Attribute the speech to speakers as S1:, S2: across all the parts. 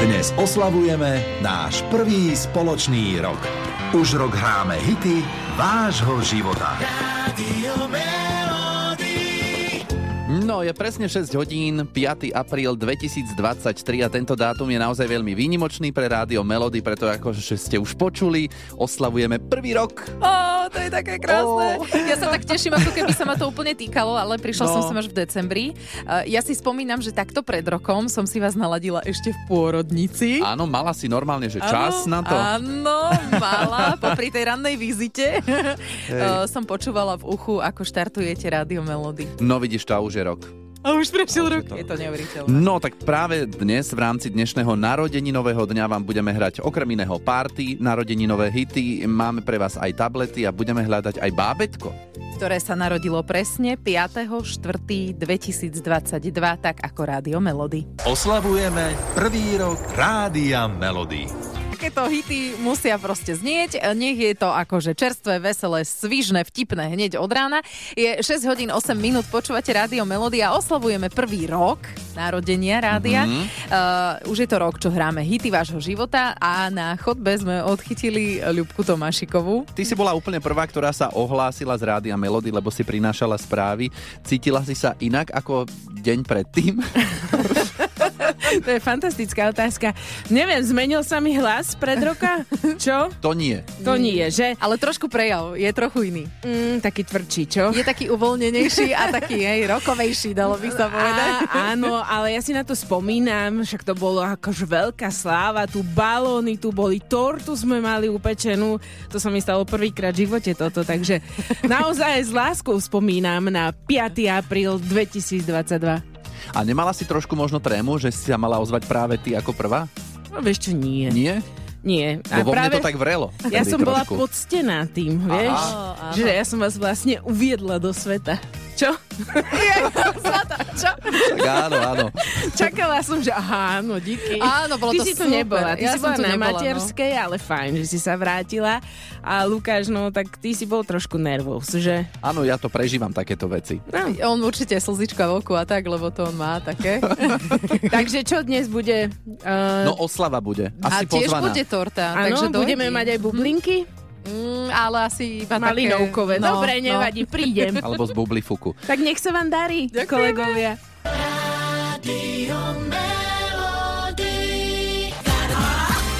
S1: Dnes oslavujeme náš prvý spoločný rok. Už rok hráme hity vášho života.
S2: No, je presne 6 hodín, 5. apríl 2023 a tento dátum je naozaj veľmi výnimočný pre rádio Melody, preto ako ste už počuli, oslavujeme prvý rok.
S3: Ó, to je také krásne.
S2: Ó.
S3: Ja sa tak teším, ako keby sa ma to úplne týkalo, ale prišla
S2: No.
S3: som sem až v decembri. Uh, Ja si spomínam, že takto pred rokom som si vás naladila ešte v pôrodnici.
S2: Áno, mala si normálne, že
S3: Áno,
S2: čas na to.
S3: Áno, mala. Popri tej rannej vizite uh,
S2: Hej.
S3: som počúvala v uchu, ako štartujete rádio Melody.
S2: No vidíš, to už je rok.
S3: A už prešiel
S2: Už je
S3: rok.
S2: to
S3: Je to neuveriteľné.
S2: No tak práve dnes v rámci dnešného narodeninového dňa vám budeme hrať okrem iného party, narodeninové hity, máme pre vás aj tablety a budeme hľadať aj bábetko.
S3: Ktoré sa narodilo presne 5.4.2022, tak ako rádio Melody.
S1: Oslavujeme prvý rok Rádia Melody.
S3: Takéto hity musia proste znieť. Nech je to akože čerstvé, veselé, svižné, vtipné hneď od rána. Je 6 hodín 8 minút, počúvate Rádio Melody a oslavujeme prvý rok narodenia rádia. Mm-hmm. Uh, už je to rok, čo hráme hity vášho života a na chodbe sme odchytili Ľubku Tomášikovú.
S2: Ty si bola úplne prvá, ktorá sa ohlásila z rádia Melody, lebo si prinášala správy. Cítila si sa inak ako deň predtým?
S4: To je fantastická otázka. Neviem, zmenil sa mi hlas pred roka? Čo?
S2: To nie.
S4: To nie je, že?
S3: Ale trošku prejav, je trochu iný.
S4: Mm, taký tvrdší, čo?
S3: Je taký uvoľnenejší a taký hej, rokovejší, dalo by sa povedať.
S4: Á, áno, ale ja si na to spomínam, však to bolo akož veľká sláva, tu balóny, tu boli, tortu sme mali upečenú, to sa mi stalo prvýkrát v živote toto, takže naozaj s láskou spomínam na 5. apríl 2022.
S2: A nemala si trošku možno trému, že si sa mala ozvať práve ty ako prvá?
S4: No, vieš čo, nie.
S2: Nie?
S4: Nie.
S2: Lebo vo mne to tak vrelo.
S4: ja
S2: vtedy
S4: som bola
S2: trošku.
S4: poctená tým, vieš?
S3: Aha.
S4: Že ja som vás vlastne uviedla do sveta. Čo?
S3: Čo?
S2: Tak áno, áno.
S4: Čakala som, že aha, no díky.
S3: Áno, bolo
S4: ty
S3: to
S4: si tu
S3: super.
S4: nebola, ty
S3: Ja
S4: si
S3: som
S4: bola
S3: tu
S4: na
S3: nebola, no.
S4: materskej, ale fajn, že si sa vrátila. A Lukáš, no tak ty si bol trošku nervous, že?
S2: Áno, ja to prežívam takéto veci.
S4: No.
S3: On určite slzička v oku a tak, lebo to on má také.
S4: Takže čo dnes bude? Uh,
S2: No oslava bude. Asi
S3: eh, a tiež
S2: pozvaná.
S3: bude torta.
S4: áno,
S3: takže dojdi.
S4: budeme mať aj bublinky?
S3: Mm, ale asi iba
S4: Malinovkové.
S3: také... no,
S4: Dobre, nevadí, prídem.
S2: Alebo z bublifuku.
S4: tak nech sa vám darí, kolegovia.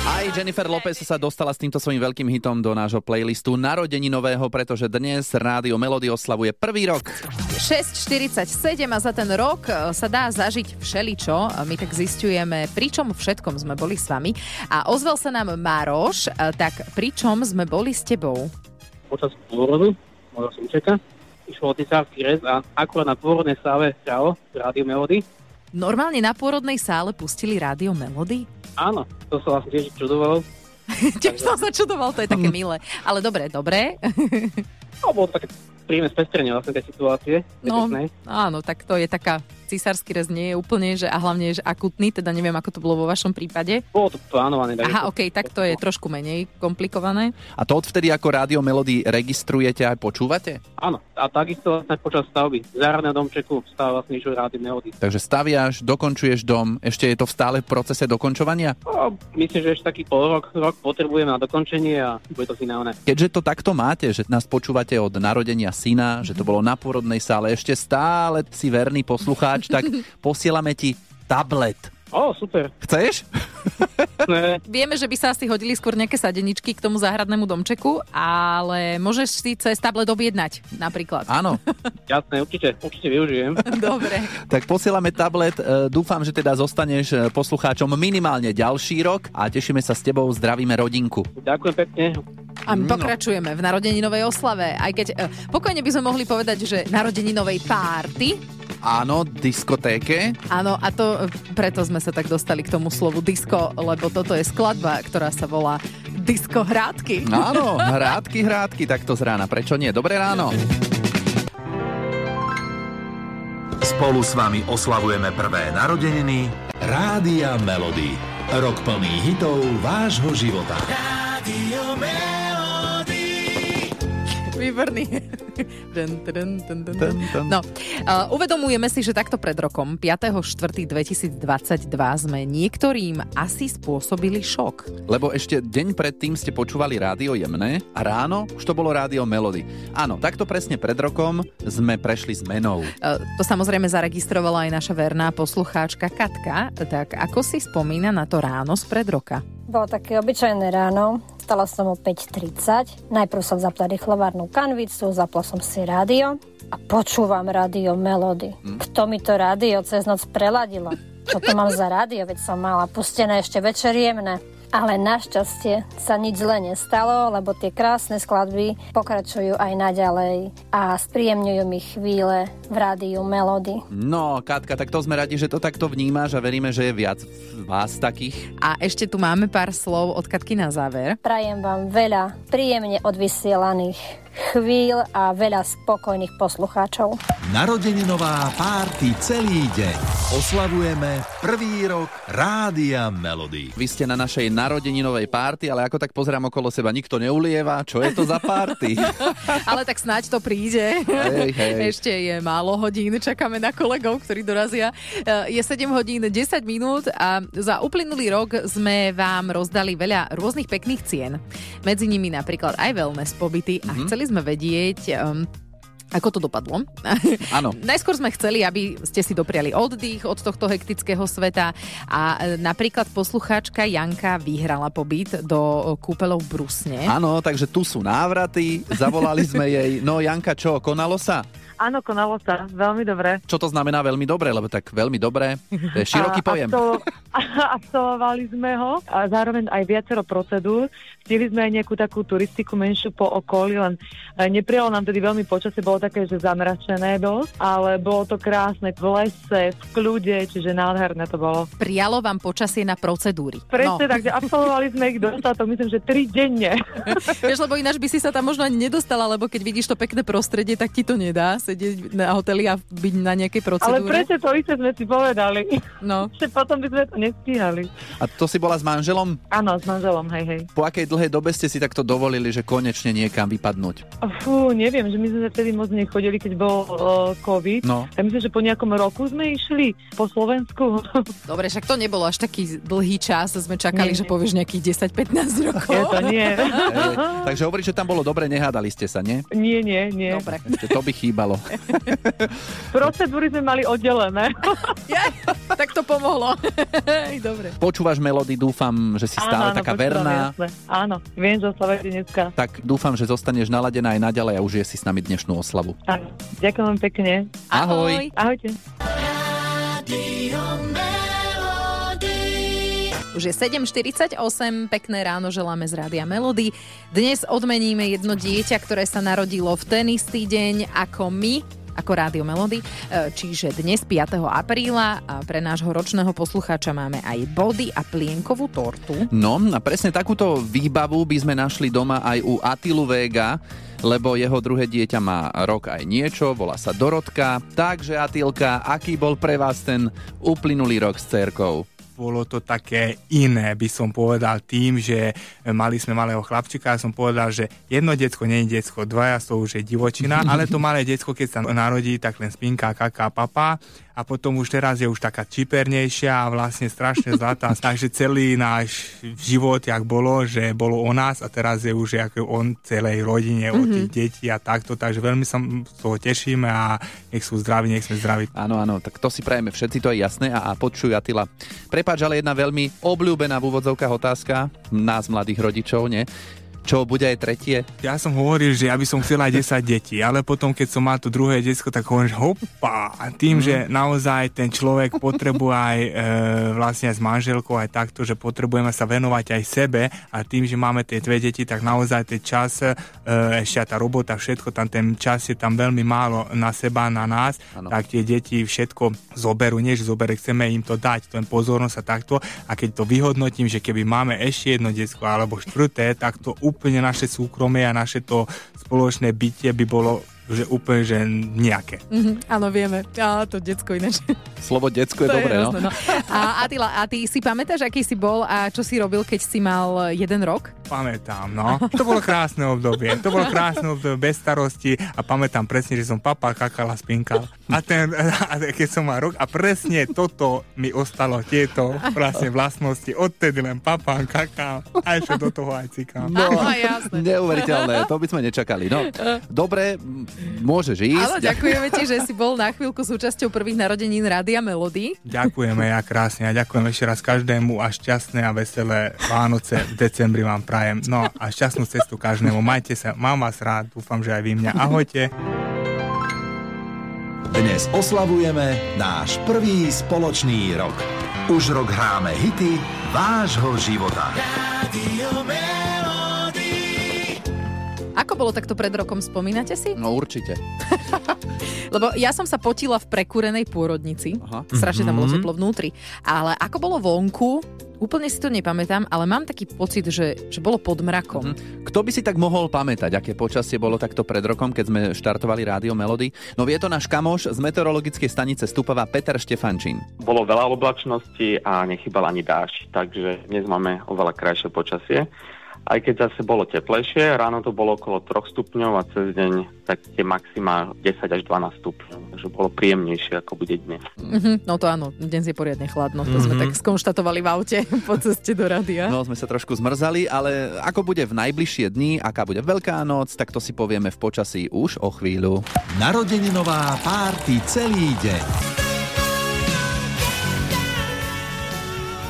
S2: Aj Jennifer Lopez sa dostala s týmto svojím veľkým hitom do nášho playlistu narodeninového, pretože dnes Rádio Melody oslavuje prvý rok.
S3: 6.47 a za ten rok e, sa dá zažiť všeličo. My tak zistujeme, pri čom všetkom sme boli s vami. A ozval sa nám Maroš, e, tak pri čom sme boli s tebou?
S5: počas pôrodu mojho synčeka. Išlo o cisársky rez a akurát na pôrodnej sále hralo rádio Melody.
S3: Normálne na pôrodnej sále pustili rádio Melody?
S5: Áno, to sa vlastne tiež čudovalo.
S3: Tiež som sa čudoval, to je také milé. Ale dobre, dobre.
S5: No, bolo to také príjemné spestrenie vlastne tej situácie.
S3: No,
S5: No.
S3: áno, tak to je taká cisársky rez nie je úplne, že a hlavne je že akutný, teda neviem, ako to bolo vo vašom prípade.
S5: Bolo to plánované. takže
S3: Aha,
S5: to-
S3: ok, tak to je trošku menej komplikované.
S2: A to odvtedy ako Rádio Melody registrujete a počúvate?
S5: Áno, a takisto vlastne počas stavby. Záradného domčeku stále vlastne išlo rádio Melody.
S2: Takže staviaš, dokončuješ dom, ešte je to v stále v procese dokončovania?
S5: No, myslím, že ešte taký pol rok, rok potrebujeme na dokončenie a bude to finálne.
S2: Keďže to takto máte, že nás počúvate od narodenia syna, že to bolo na porodnej sále, ešte stále si verný poslucháč, tak posielame ti tablet.
S5: Ó, super.
S2: Chceš?
S5: Ne,
S3: Vieme, že by sa asi hodili skôr nejaké sadeničky k tomu záhradnému domčeku, ale môžeš si cez tablet objednať napríklad.
S2: Áno.
S5: jasné, určite, určite využijem.
S3: Dobre.
S2: Tak posielame tablet. E, Dúfam, že teda zostaneš e, poslucháčom minimálne ďalší rok a tešíme sa s tebou, zdravíme rodinku.
S5: Ďakujem pekne.
S3: A my
S2: No.
S3: pokračujeme v narodeninovej oslave. Aj keď eh, pokojne by sme mohli povedať, že narodeninovej párty,
S2: Áno, diskotéke.
S3: Áno, a to e, preto sme sa tak dostali k tomu slovu disco, lebo toto je skladba, ktorá sa volá Disco hrádky.
S2: Áno, hrádky, hrádky, takto z rána. Prečo nie? Dobré ráno.
S1: Spolu s vami oslavujeme prvé narodeniny Rádia Melody. Rok plný hitov vášho života.
S3: Výborný. Dun, dun, dun, dun, dun.
S2: Dun, dun.
S3: No, uh, uvedomujeme si, že takto pred rokom, 5.4.2022, sme niektorým asi spôsobili šok. E,
S2: Lebo ešte deň predtým ste počúvali rádio jemné a ráno už to bolo rádio Melody. Áno, takto presne pred rokom sme prešli zmenou.
S3: Uh, to samozrejme zaregistrovala aj naša verná poslucháčka Katka. Tak ako si spomína na to ráno spred roka?
S6: Bolo také obyčajné ráno, stala som o 5.30, najprv som zapla rýchlovárnu kanvicu, zapla som si rádio a počúvam rádio Melody. Kto mi to rádio cez noc preladilo? Čo to mám za rádio, veď som mala pustené ešte večer jemné. Ale našťastie sa nič zle nestalo, lebo tie krásne skladby pokračujú aj naďalej a spríjemňujú mi chvíle v rádiu Melody.
S2: No, Katka, tak to sme radi, že to takto vnímaš a veríme, že je viac vás takých.
S3: A ešte tu máme pár slov od Katky na záver.
S6: Prajem vám veľa príjemne odvysielaných chvíľ a veľa spokojných poslucháčov.
S1: Narodeninová párty celý deň. Oslavujeme prvý rok Rádia Melody.
S2: Vy ste na našej narodeninovej párty, ale ako tak pozerám okolo seba, nikto neulieva. Čo je to za párty?
S3: Ale tak snáď to príde.
S2: Hej, hej.
S3: Ešte je málo hodín, čakáme na kolegov, ktorí dorazia. E, Je 7 hodín 10 minút a za uplynulý rok sme vám rozdali veľa rôznych pekných cien. Medzi nimi napríklad aj wellness pobyty
S2: Mhm.
S3: a chceli sme vedieť... em, ako to dopadlo?
S2: Áno.
S3: Najskôr sme chceli, aby ste si dopriali oddych od tohto hektického sveta a e, napríklad poslucháčka Janka vyhrala pobyt do e, kúpeľov v Brusne.
S2: Áno, takže tu sú návraty, zavolali sme jej. No, Janka, čo, konalo sa?
S7: Áno, konalo sa. Veľmi dobre.
S2: Čo to znamená veľmi dobre? Lebo tak veľmi dobre, to je
S7: A-
S2: široký pojem.
S7: absol- Absolvovali sme ho a zároveň aj viacero procedúr. Stihli sme aj nejakú takú turistiku menšiu po okolí, len e, neprijalo nám tedy veľmi počasie, bolo také, že zamračené dosť, ale bolo to krásne v lese, v kľude, čiže nádherné to bolo.
S3: Prijalo vám počasie na procedúry.
S7: Presne no. tak, že absolvovali sme ich dostatok, myslím, že tri denne.
S3: Vieš, lebo ináč by si sa tam možno ani nedostala, lebo keď vidíš to pekné prostredie, tak ti to nedá sedieť na hoteli a byť na nejakej
S7: Ale
S3: procedúre.
S7: prečo to isté sme si povedali,
S3: No.
S7: že potom by sme to nestíhali.
S2: A to si bola s manželom?
S7: Áno, s manželom, hej, hej.
S2: Po akej dlhej dobe ste si takto dovolili, že konečne niekam vypadnúť?
S7: Fú, neviem, že my sme vtedy moc nechodili, keď bol uh, COVID.
S2: No.
S7: Ja myslím, že po nejakom roku sme išli po Slovensku.
S3: Dobre, však to nebolo až taký dlhý čas, sme čakali,
S7: Nie,
S3: že
S7: nie.
S3: povieš nejakých 10-15 rokov.
S7: Ja to nie.
S2: Hej, takže hovorí, že tam bolo dobre, nehádali ste sa, nie?
S7: nie, nie, nie.
S3: Dobre.
S2: Ešte to by chýbalo.
S7: Procedúry sme mali oddelené.
S3: Ja, tak to pomohlo. Dobre.
S2: Počúvaš melódy, dúfam, že si stále
S7: áno,
S2: taká
S7: počúvam,
S2: verná.
S7: jasné. Áno, viem, že oslavujete dneska.
S2: Tak dúfam, že zostaneš naladená aj naďalej a užije si s nami dnešnú oslavu.
S7: Áno. Ďakujem vám pekne.
S2: Ahoj.
S7: Ahojte.
S3: Už je 7.48, pekné ráno želáme z Rádia Melody. Dnes odmeníme jedno dieťa, ktoré sa narodilo v ten istý deň ako my, ako Rádio Melody. E, Čiže dnes 5. apríla a pre nášho ročného poslucháča máme aj body a plienkovú tortu.
S2: No a presne takúto výbavu by sme našli doma aj u Atilu Vega, lebo jeho druhé dieťa má rok aj niečo, volá sa Dorotka. Takže Atilka, aký bol pre vás ten uplynulý rok s cerkou?
S8: bolo to také iné, by som povedal tým, že mali sme malého chlapčika a som povedal, že jedno detsko nie je detsko, dvaja sú už je divočina, ale to malé detsko, keď sa narodí, tak len spinka, kaká, papa a potom už teraz je už taká čipernejšia a vlastne strašne zlatá. Takže celý náš život, jak bolo, že bolo o nás a teraz je už ako on celej rodine, o tých detí a takto, takže veľmi sa z toho tešíme a nech sú zdraví, nech sme zdraví.
S2: Áno, áno, tak to si prajeme všetci, to je jasné a, a počuj Atila. Prepáč, ale jedna veľmi obľúbená v úvodzovkách otázka nás mladých rodičov, nie? Čo bude aj tretie?
S8: Ja som hovoril, že ja by som chcel aj 10 detí, ale potom, keď som mal to druhé detsko, tak hovorím, že hopa. A tým, že naozaj ten človek potrebuje aj e, vlastne aj s manželkou, aj takto, že potrebujeme sa venovať aj sebe a tým, že máme tie dve deti, tak naozaj ten čas, e, ešte aj tá robota, všetko, tam ten čas je tam veľmi málo na seba, na nás,
S2: Áno.
S8: ano. tak tie deti všetko zoberú, nie že zoberú, chceme im to dať, ten pozornosť a takto. A keď to vyhodnotím, že keby máme ešte jedno detsko alebo štvrté, tak to úplne naše súkromie a naše to spoločné bytie by bolo že úplne, že nejaké.
S3: Mhm, áno, vieme. Á, to detsko ináč.
S2: Slovo decko je
S3: To
S2: dobré,
S3: je
S2: no.
S3: hrozné, no. A Atila, a ty si pamätáš, aký si bol a čo si robil, keď si mal jeden rok?
S8: Pamätám, no. To bolo krásne obdobie. To bolo krásne obdobie bez starosti a pamätám presne, že som papal, kakal a spinkal. A, ten, a keď som mal rok a presne toto mi ostalo, tieto vlastne vlastnosti. Odtedy len papám, kakám a ešte do toho aj cikám.
S2: No,
S3: Áno, jasné.
S2: neuveriteľné, to by sme nečakali. No, dobre, m- môžeš ísť.
S3: Áno, ďakujeme ti, že si bol na chvíľku súčasťou prvých narodenín Rádia Melody.
S8: Ďakujeme ja krásne a ďakujem ešte raz každému a šťastné a veselé Vánoce v decembri vám prajem. No a šťastnú cestu každému. Majte sa, mám vás rád, dúfam, že aj vy mňa. Ahojte.
S1: Dnes oslavujeme náš prvý spoločný rok. Už rok hráme hity vášho života.
S3: Ako bolo takto pred rokom, spomínate si?
S2: No určite.
S3: Lebo ja som sa potila v prekúrenej pôrodnici.
S2: Aha.
S3: Strašne tam bolo
S8: Mhm.
S3: teplo vnútri. Ale ako bolo vonku, úplne si to nepamätám, ale mám taký pocit, že, že bolo pod mrakom.
S2: Kto by si tak mohol pamätať, aké počasie bolo takto pred rokom, keď sme štartovali Rádio Melody? No vie to náš kamoš z meteorologickej stanice Stupava Peter Štefančín.
S5: Bolo veľa oblačnosti a nechybal ani dáž, takže dnes máme oveľa krajšie počasie. Aj keď zase bolo teplejšie, ráno to bolo okolo 3 stupňov a cez deň tak tie maxima 10 až 12 stupňov. Takže bolo príjemnejšie, ako bude dnes.
S3: Mhm, no to áno, dnes je poriadne chladno. To sme tak skonštatovali v aute po ceste do rádia.
S2: No sme sa trošku zmrzali, ale ako bude v najbližšie dni, aká bude Veľká noc, tak to si povieme v počasí už o chvíľu.
S1: Narodeninová párty celý deň.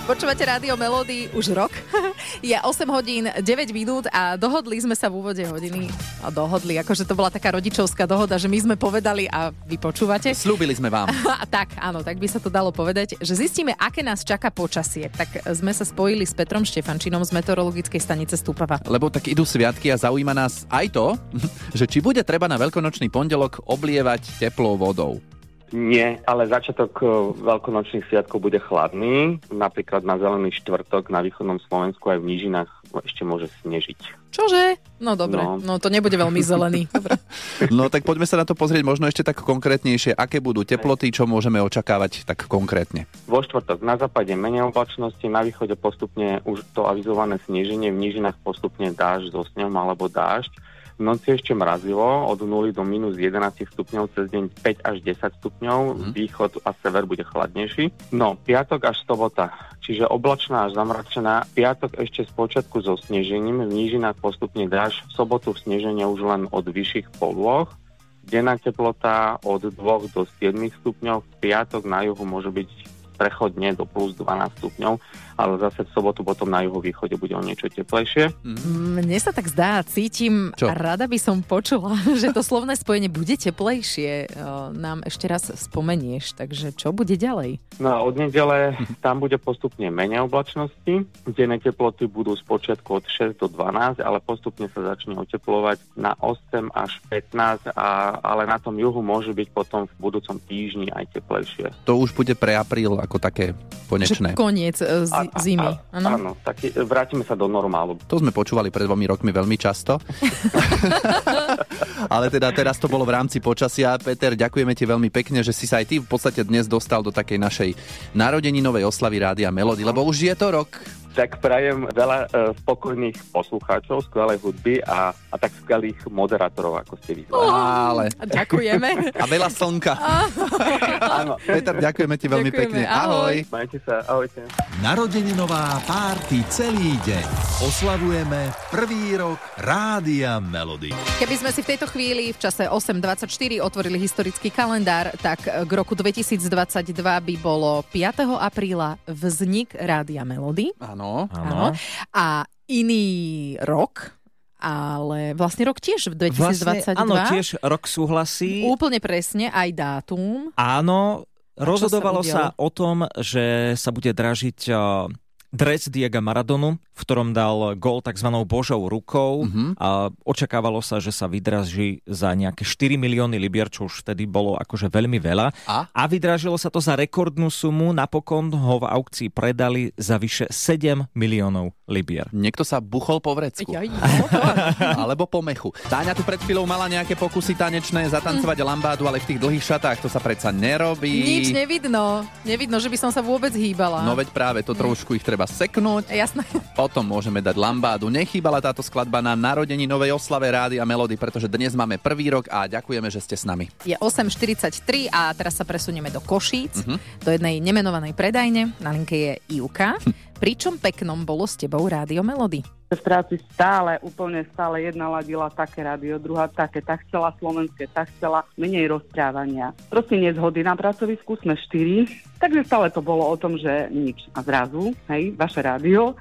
S3: Počúvate rádio Melody už rok. Je 8 hodín 9 minút a dohodli sme sa v úvode hodiny. A dohodli, akože to bola taká rodičovská dohoda, že my sme povedali a vy počúvate. No
S2: Sľúbili sme vám.
S3: A tak, áno, tak by sa to dalo povedať, že zistíme, aké nás čaká počasie. Tak sme sa spojili s Petrom Štefančinom z meteorologickej stanice Stupava.
S2: Lebo tak idú sviatky a zaujíma nás aj to, že či bude treba na veľkonočný pondelok oblievať teplou vodou.
S5: Nie, ale začiatok eh, veľkonočných sviatkov bude chladný. Napríklad na zelený štvrtok na východnom Slovensku aj v nížinách ešte môže snežiť.
S3: Čože? No dobre, no,
S5: No.
S3: no to nebude veľmi zelený. Dobre.
S2: No tak poďme sa na to pozrieť možno ešte tak konkrétnejšie, aké budú teploty, čo môžeme očakávať tak konkrétne.
S5: Vo štvrtok na západe menej oblačnosti, na východe postupne už to avizované sneženie, v nížinách postupne dážď so snehom alebo dážď. V noci ešte mrazilo od 0 do minus 11 stupňov, cez deň 5 až 10 stupňov,
S2: Mhm.
S5: východ a sever bude chladnejší. No, piatok až sobota, čiže oblačná až zamračená, piatok ešte z počiatku so snežením, v nížinách postupne dáž, v sobotu sneženie už len od vyšších polôch, denná teplota od 2 do 7 stupňov, v piatok na juhu môže byť prechodne do plus 12 stupňov, ale zase v sobotu potom na juhovýchode bude o niečo teplejšie.
S3: Mne sa tak zdá, cítim,
S2: Čo?
S3: a rada by som počula, že to slovné spojenie bude teplejšie. Eh, Nám ešte raz spomenieš, takže čo bude ďalej?
S5: No a od nedele tam bude postupne menej oblačnosti, denné teploty budú z počiatku od 6 do 12, ale postupne sa začne oteplovať na 8 až 15, a, ale na tom juhu môže byť potom v budúcom týždni aj teplejšie.
S2: To už bude pre apríl ako také
S3: Že
S2: konečné.
S3: koniec eh, z-
S5: A- a-
S3: zimy.
S5: a- Áno, taký, vrátime sa do normálu.
S2: To sme počúvali pred dvomi rokmi veľmi často. Ale teda teraz to bolo v rámci počasia. Peter, ďakujeme ti veľmi pekne, že si sa aj ty v podstate dnes dostal do takej našej narodeninovej oslavy Rádia Melody, lebo už je to rok.
S5: Tak prajem veľa e, spokojných poslucháčov, skvelej hudby a, a tak skvelých moderátorov, ako ste vy.
S2: Ale...
S3: Ďakujeme.
S2: A veľa slnka.
S5: Áno,
S2: Peter, ďakujeme ti veľmi
S3: Ďakujeme,
S2: pekne. Ahoj.
S3: ahoj.
S5: majte sa, ahojte.
S1: Narodeninová párty celý deň. Oslavujeme prvý rok Rádia Melody.
S3: Keby sme si v tejto chvíli v čase 8.24 otvorili historický kalendár, tak eh, k roku 2022 by bolo 5. apríla vznik Rádia Melody.
S2: Áno.
S3: Áno. A iný rok, ale vlastne rok tiež v 2022.
S9: Vlastne, áno, tiež rok súhlasí.
S3: Úplne presne, aj dátum. čo
S9: Áno,
S3: sa
S9: rozhodovalo sa,
S3: udialo?
S9: o tom, že sa bude dražiť eh, dres Diego Maradonu, v ktorom dal gol tzv. božou rukou
S2: Mhm.
S9: uh-huh. a očakávalo sa, že sa vydraží za nejaké 4 milióny libier, čo už vtedy bolo akože veľmi veľa.
S2: A?
S9: a vydražilo sa to za rekordnú sumu, napokon ho v aukcii predali za vyše 7 miliónov libier.
S2: Niekto sa buchol po vrecku.
S4: Jaj,
S2: Alebo po mechu. Táňa tu pred chvíľou mala nejaké pokusy tanečné, zatancovať lambádu, ale v tých dlhých šatách to sa predsa nerobí.
S3: Nič nevidno. Nevidno, že by som sa vôbec hýbala.
S2: No veď práve to trošku ich treba seknúť.
S3: Jasné.
S2: Potom môžeme dať lambádu. Nechýbala táto skladba na narodení novej oslave rády a melódy, pretože dnes máme prvý rok a ďakujeme, že ste s nami.
S3: Je 8.43 a teraz sa presunieme do Košíc, do jednej nemenovanej predajne. Na linke je Iuka. Pričom peknom bolo s tebou rádio Melody?
S10: v práci stále, úplne stále jedna ladila také rádio, druhá také, tak chcela slovenské, tak chcela menej rozprávania. Proste nezhody na pracovisku, sme štyri, takže stále to bolo o tom, že nič. A zrazu, hej, vaše rádio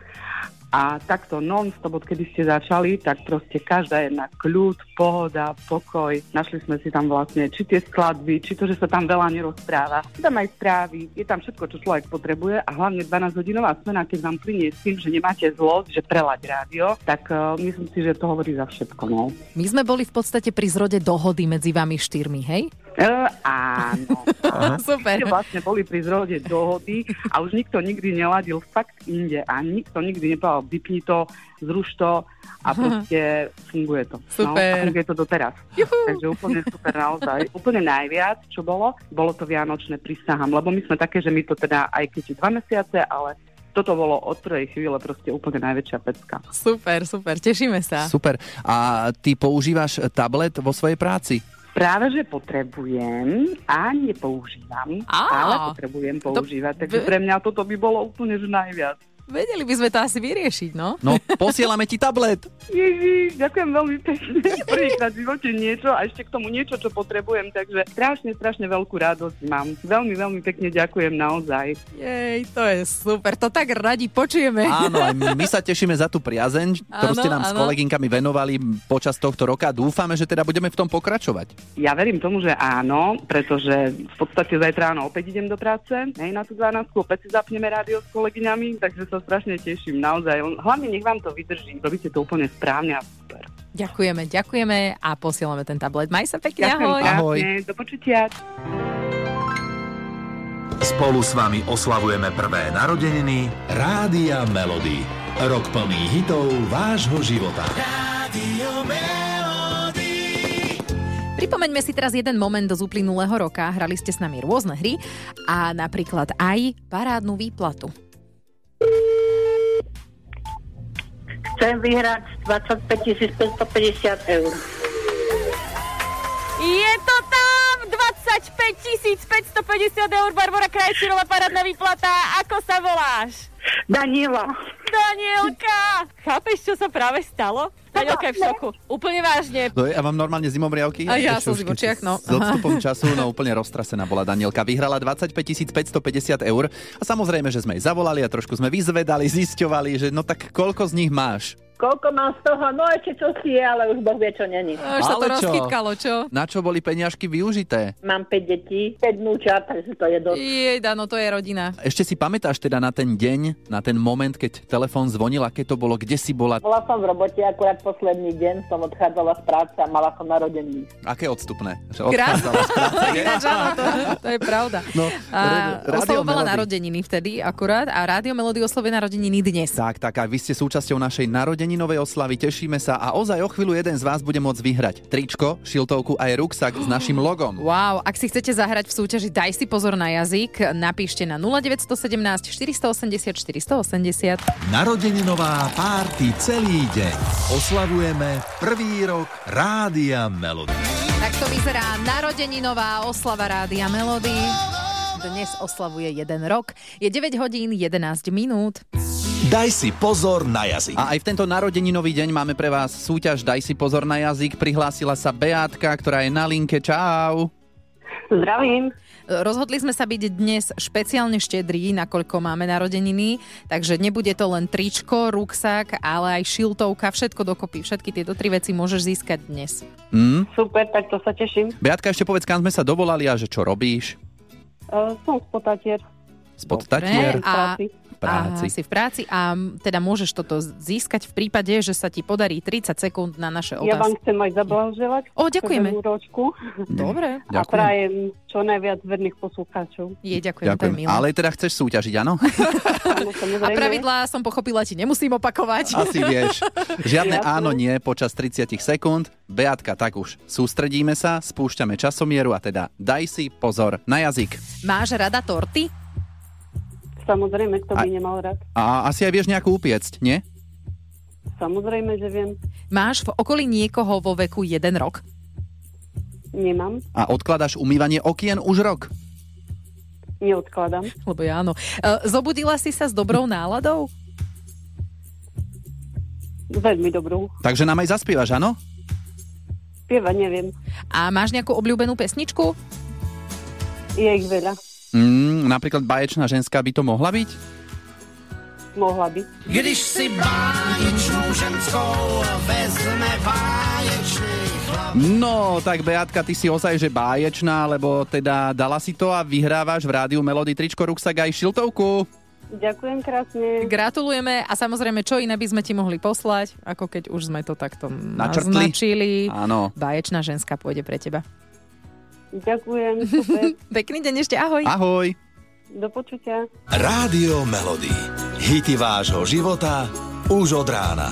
S10: a takto non-stop, odkedy ste začali, tak proste každá jedna kľud, pohoda, pokoj. Našli sme si tam vlastne či tie skladby, či to, že sa tam veľa nerozpráva. Sú tam aj správy, je tam všetko, čo človek potrebuje a hlavne 12-hodinová smena, keď vám plinie s tým, že nemáte zlosť, že prelať rádio, tak uh, myslím si, že to hovorí za všetko. No.
S3: My sme boli v podstate pri zrode dohody medzi vami štyrmi, hej?
S10: Uh, áno.
S3: Super.
S10: Ste vlastne boli pri zrode dohody a už nikto nikdy neladil fakt inde a nikto nikdy nepovedal vypni to, zruš to a proste funguje to. No,
S3: Super.
S10: a funguje to doteraz.
S3: Juhu.
S10: Takže úplne super naozaj. Úplne najviac, čo bolo, bolo to Vianočné prísahám, lebo my sme také, že my to teda aj keď je dva mesiace, ale toto bolo od prvej chvíle proste úplne najväčšia pecka.
S3: Super, super, tešíme sa.
S2: Super. A ty používaš tablet vo svojej práci?
S10: Práve, že potrebujem a nepoužívam,
S3: Á.
S10: ale potrebujem používať, takže pre mňa toto by bolo úplne že najviac.
S3: Vedeli by sme to asi vyriešiť, no?
S2: No, posielame ti tablet.
S10: Ježiš, ďakujem veľmi pekne. Prvýkrát v živote niečo a ešte k tomu niečo, čo potrebujem, takže strašne, strašne veľkú radosť mám. Veľmi, veľmi pekne ďakujem naozaj.
S3: Jej, to je super, to tak radi počujeme.
S2: Áno, aj my sa tešíme za tú priazeň, ktorú
S3: Áno,
S2: ste nám s
S3: áno.
S2: kolegynkami venovali počas tohto roka. Dúfame, že teda budeme v tom pokračovať.
S10: Ja verím tomu, že áno, pretože v podstate zajtra ráno opäť idem do práce, hej, na tú 12, opäť si zapneme rádio s kolegyňami, takže sa strašne teším, naozaj. Hlavne nech vám to vydrží, robíte to úplne správne a super.
S3: Ďakujeme, ďakujeme a posielame ten tablet. Maj sa pekne, ahoj.
S10: Ďakujem
S2: Ahoj.
S10: krásne, do počutia.
S1: Spolu s vami oslavujeme prvé narodeniny Rádia Melody. Rok plný hitov vášho života. Rádio Melody.
S3: Pripomeňme si teraz jeden moment do uplynulého roka. Hrali ste s nami rôzne hry a napríklad aj parádnu výplatu.
S11: Chcem vyhrať 25 550 eur.
S12: Je to tam! 25 550 eur, Barbara Krajčírová, parádna výplata. Ako sa voláš?
S11: Daniela,
S12: Danielka! Chápeš, čo sa práve stalo? Danielka je v šoku. Úplne vážne.
S2: No, ja mám normálne zimomriavky.
S3: A ja
S2: Ešte
S3: som
S2: už
S3: v
S2: keď-
S3: očiach, no.
S2: S odstupom času, no úplne roztrasená bola Danielka. Vyhrala 25 550 eur a samozrejme, že sme jej zavolali a trošku sme vyzvedali, zisťovali, že no tak koľko z nich máš?
S11: koľko mám z toho? No ešte čo si je, ale už Boh vie, čo není.
S3: No, Už sa to
S2: Ale čo?
S3: rozchytkalo, čo?
S2: Na čo boli peniažky využité?
S11: Mám 5 detí, 5 vnúčat, takže to je dosť.
S3: Jej, no to je rodina.
S2: Ešte si pamätáš teda na ten deň, na ten moment, keď telefón zvonil, aké to bolo, kde si bola,
S11: Bola som v robote, akurát posledný deň som odchádzala z práce a mala som narodení.
S2: aké odstupné?
S3: Krásne.
S2: Že odchádzala z práce.
S3: Ináč, áno, to, to je pravda.
S2: No,
S3: A
S2: Rádio
S3: oslavovala
S2: Melody.
S3: narodeniny vtedy akurát a Rádio Melody oslovuje narodeniny dnes.
S2: Tak, tak, a vy ste súčasťou našej narodeninovej oslavy, tešíme sa a ozaj o chvíľu jeden z vás bude môcť vyhrať tričko, šiltovku aj ruksak s našim logom.
S3: Wow, ak si chcete zahrať v súťaži Daj si pozor na jazyk, napíšte na 0917 480 480.
S1: Narodeninová párty celý deň. Oslavujeme prvý rok Rádia Melody.
S3: Tak to vyzerá narodeninová oslava Rádia Melody. Dnes oslavuje jeden rok. Je 9 hodín 11 minút.
S1: Daj si pozor na jazyk.
S2: A aj v tento narodeninový deň máme pre vás súťaž Daj si pozor na jazyk. Prihlásila sa Beátka, ktorá je na linke. Čau.
S11: Zdravím.
S3: Rozhodli sme sa byť dnes špeciálne štedrí, nakoľko máme narodeniny, takže nebude to len tričko, ruksak, ale aj šiltovka, všetko dokopy. Všetky tieto tri veci môžeš získať dnes.
S2: Mm.
S11: Super, tak to sa teším. E,
S2: Beátka, ešte povedz, kam sme sa dovolali a že čo robíš?
S11: Uh, som spotatier.
S2: Spod
S3: Dobre,
S2: Tatier.
S3: E, a,
S2: v práci.
S3: A si v práci a m, teda môžeš toto získať v prípade, že sa ti podarí 30 sekúnd na naše
S11: Ja vám
S3: otázky.
S11: chcem aj zablahoželať.
S3: O,
S11: k
S3: ďakujeme.
S11: prvému ročku. A
S3: Dobre.
S2: Hm. Ďakujem.
S11: prajem čo najviac verných poslucháčov.
S3: Je, ďakujem, to je
S2: Ďakujem.
S3: milé.
S2: Ale teda chceš súťažiť, áno?
S3: A pravidlá som pochopila, ti nemusím opakovať.
S2: Asi vieš. Žiadne áno, nie počas 30 sekúnd. Beatka, tak už. Sústredíme sa, spúšťame časomieru a teda daj si pozor na jazyk.
S3: Máš rada torty?
S11: Samozrejme, kto by
S2: A-
S11: nemal rád.
S2: A asi aj vieš nejakú upiecť, nie?
S11: Samozrejme, že viem.
S3: Máš v okolí niekoho vo veku jeden rok?
S11: Nemám,
S2: A odkladáš umývanie okien už rok.
S11: neodkladám.
S3: Lebo ja áno. E, Zobudila si sa s dobrou náladou?
S11: Veľmi dobrú.
S2: Takže nám aj zaspievaš, áno?
S11: Spievať neviem.
S3: A máš nejakú obľúbenú pesničku?
S11: Je ich veľa.
S2: Mm, napríklad baječná ženská by to mohla byť?
S11: Mohla by.
S13: Když si báječnou ženskou vezme báječný chlap.
S2: No, tak Beatka, ty si ozaj, že báječná, lebo teda dala si to a vyhrávaš v rádiu Melody tričko, ruksak aj šiltovku.
S11: Ďakujem krásne.
S3: Gratulujeme a samozrejme, čo iné by sme ti mohli poslať, ako keď už sme to takto
S2: Načrtli.
S3: naznačili.
S2: Áno.
S3: Báječná ženská pôjde pre teba.
S11: Ďakujem, super.
S3: Pekný deň ešte, ahoj.
S2: Ahoj.
S11: Do počutia.
S1: Rádio Melody. Hity vášho života už od rána.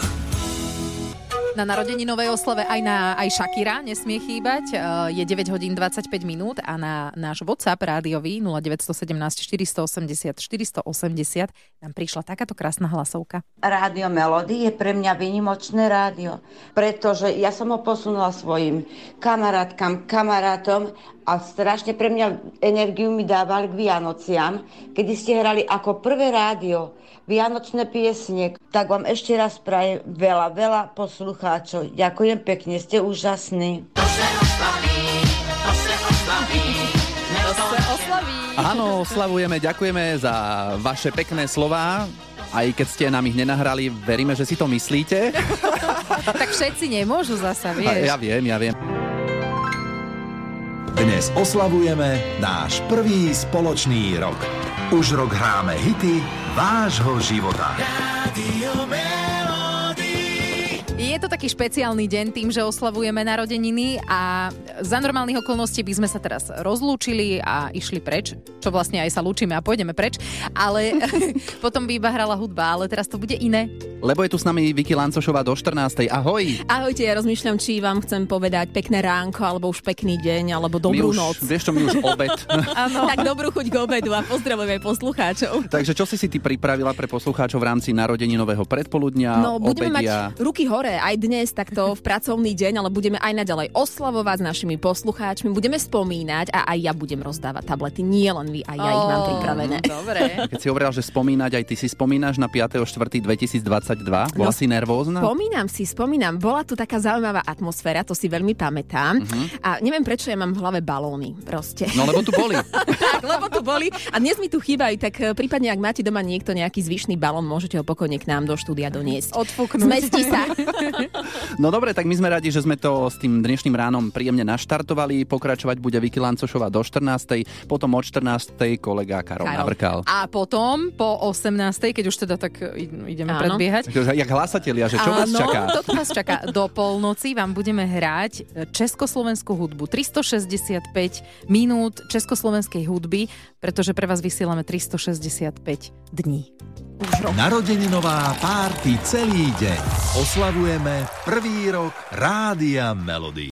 S3: Na narodení novej oslave aj na aj Shakira nesmie chýbať. Eh, Je 9 hodín 25 minút a na náš WhatsApp rádiový 0917 480 480 nám prišla takáto krásna hlasovka.
S14: Rádio Melody je pre mňa vynimočné rádio, pretože ja som ho posunula svojim kamarátkam, kamarátom a strašne pre mňa energiu mi dával k Vianociam, kedy ste hrali ako prvé rádio Vianočné piesne. Tak vám ešte raz prajem veľa, veľa poslucháčov. Ďakujem pekne, ste úžasní.
S2: Áno, oslavujeme, ďakujeme za vaše pekné slová. Aj keď ste nám ich nenahrali, veríme, že si to myslíte.
S3: tak všetci nemôžu zasa, vieš.
S2: Ja viem, ja viem.
S1: Dnes oslavujeme náš prvý spoločný rok. Už rok hráme hity vášho života.
S3: Je to taký špeciálny deň tým, že oslavujeme narodeniny a za normálnych okolností by sme sa teraz rozlúčili a išli preč, čo vlastne aj sa lúčime a pôjdeme preč, ale potom by iba hrala hudba, ale teraz to bude iné.
S2: Lebo je tu s nami Vicky Lancošová do 14. Ahoj!
S15: Ahojte, ja rozmýšľam, či vám chcem povedať pekné ránko, alebo už pekný deň, alebo
S2: my
S15: dobrú
S2: už,
S15: noc.
S2: Vieš čo, my už obed.
S15: Áno. tak dobrú chuť k obedu a pozdravujeme poslucháčov.
S2: Takže čo si si ty pripravila pre poslucháčov v rámci narodení nového predpoludnia,
S15: No, budeme
S2: obedia?
S15: mať ruky hore aj dnes, takto v pracovný deň, ale budeme aj naďalej oslavovať s našimi poslucháčmi, budeme spomínať a aj ja budem rozdávať tablety, nie len vy, aj ja ich mám
S3: Ó,
S15: pripravené.
S3: Dobre.
S2: Keď si hovorila, že spomínať, aj ty si spomínaš na 5.4.2022. Bola
S15: No,
S2: si nervózna?
S15: Spomínam si, spomínam. Bola tu taká zaujímavá atmosféra, to si veľmi pamätám. Uh-huh. A neviem, prečo ja mám v hlave balóny proste.
S2: No lebo tu boli.
S15: tak, lebo tu boli. A dnes mi tu chýbajú, tak e, prípadne, ak máte doma niekto nejaký zvyšný balón, môžete ho pokojne k nám do štúdia doniesť.
S3: Odfúknuť.
S15: Zmestí sa.
S2: No dobre, tak my sme radi, že sme to s tým dnešným ránom príjemne naštartovali. Pokračovať bude Vicky Lancošová do 14. Potom od 14. kolega Karol,
S3: Karol.
S2: Navrkal.
S3: A potom po 18. keď už teda tak id- ideme
S2: Áno.
S3: predbiehať.
S2: Takže Jak hlasatelia, že čo vás
S3: Áno,
S2: čaká?
S3: toto vás čaká. Do polnoci vám budeme hrať československú hudbu. 365 minút československej hudby, pretože pre vás vysielame 365 dní.
S1: Narodeninová párty celý deň. Oslavujeme prvý rok Rádia Melody.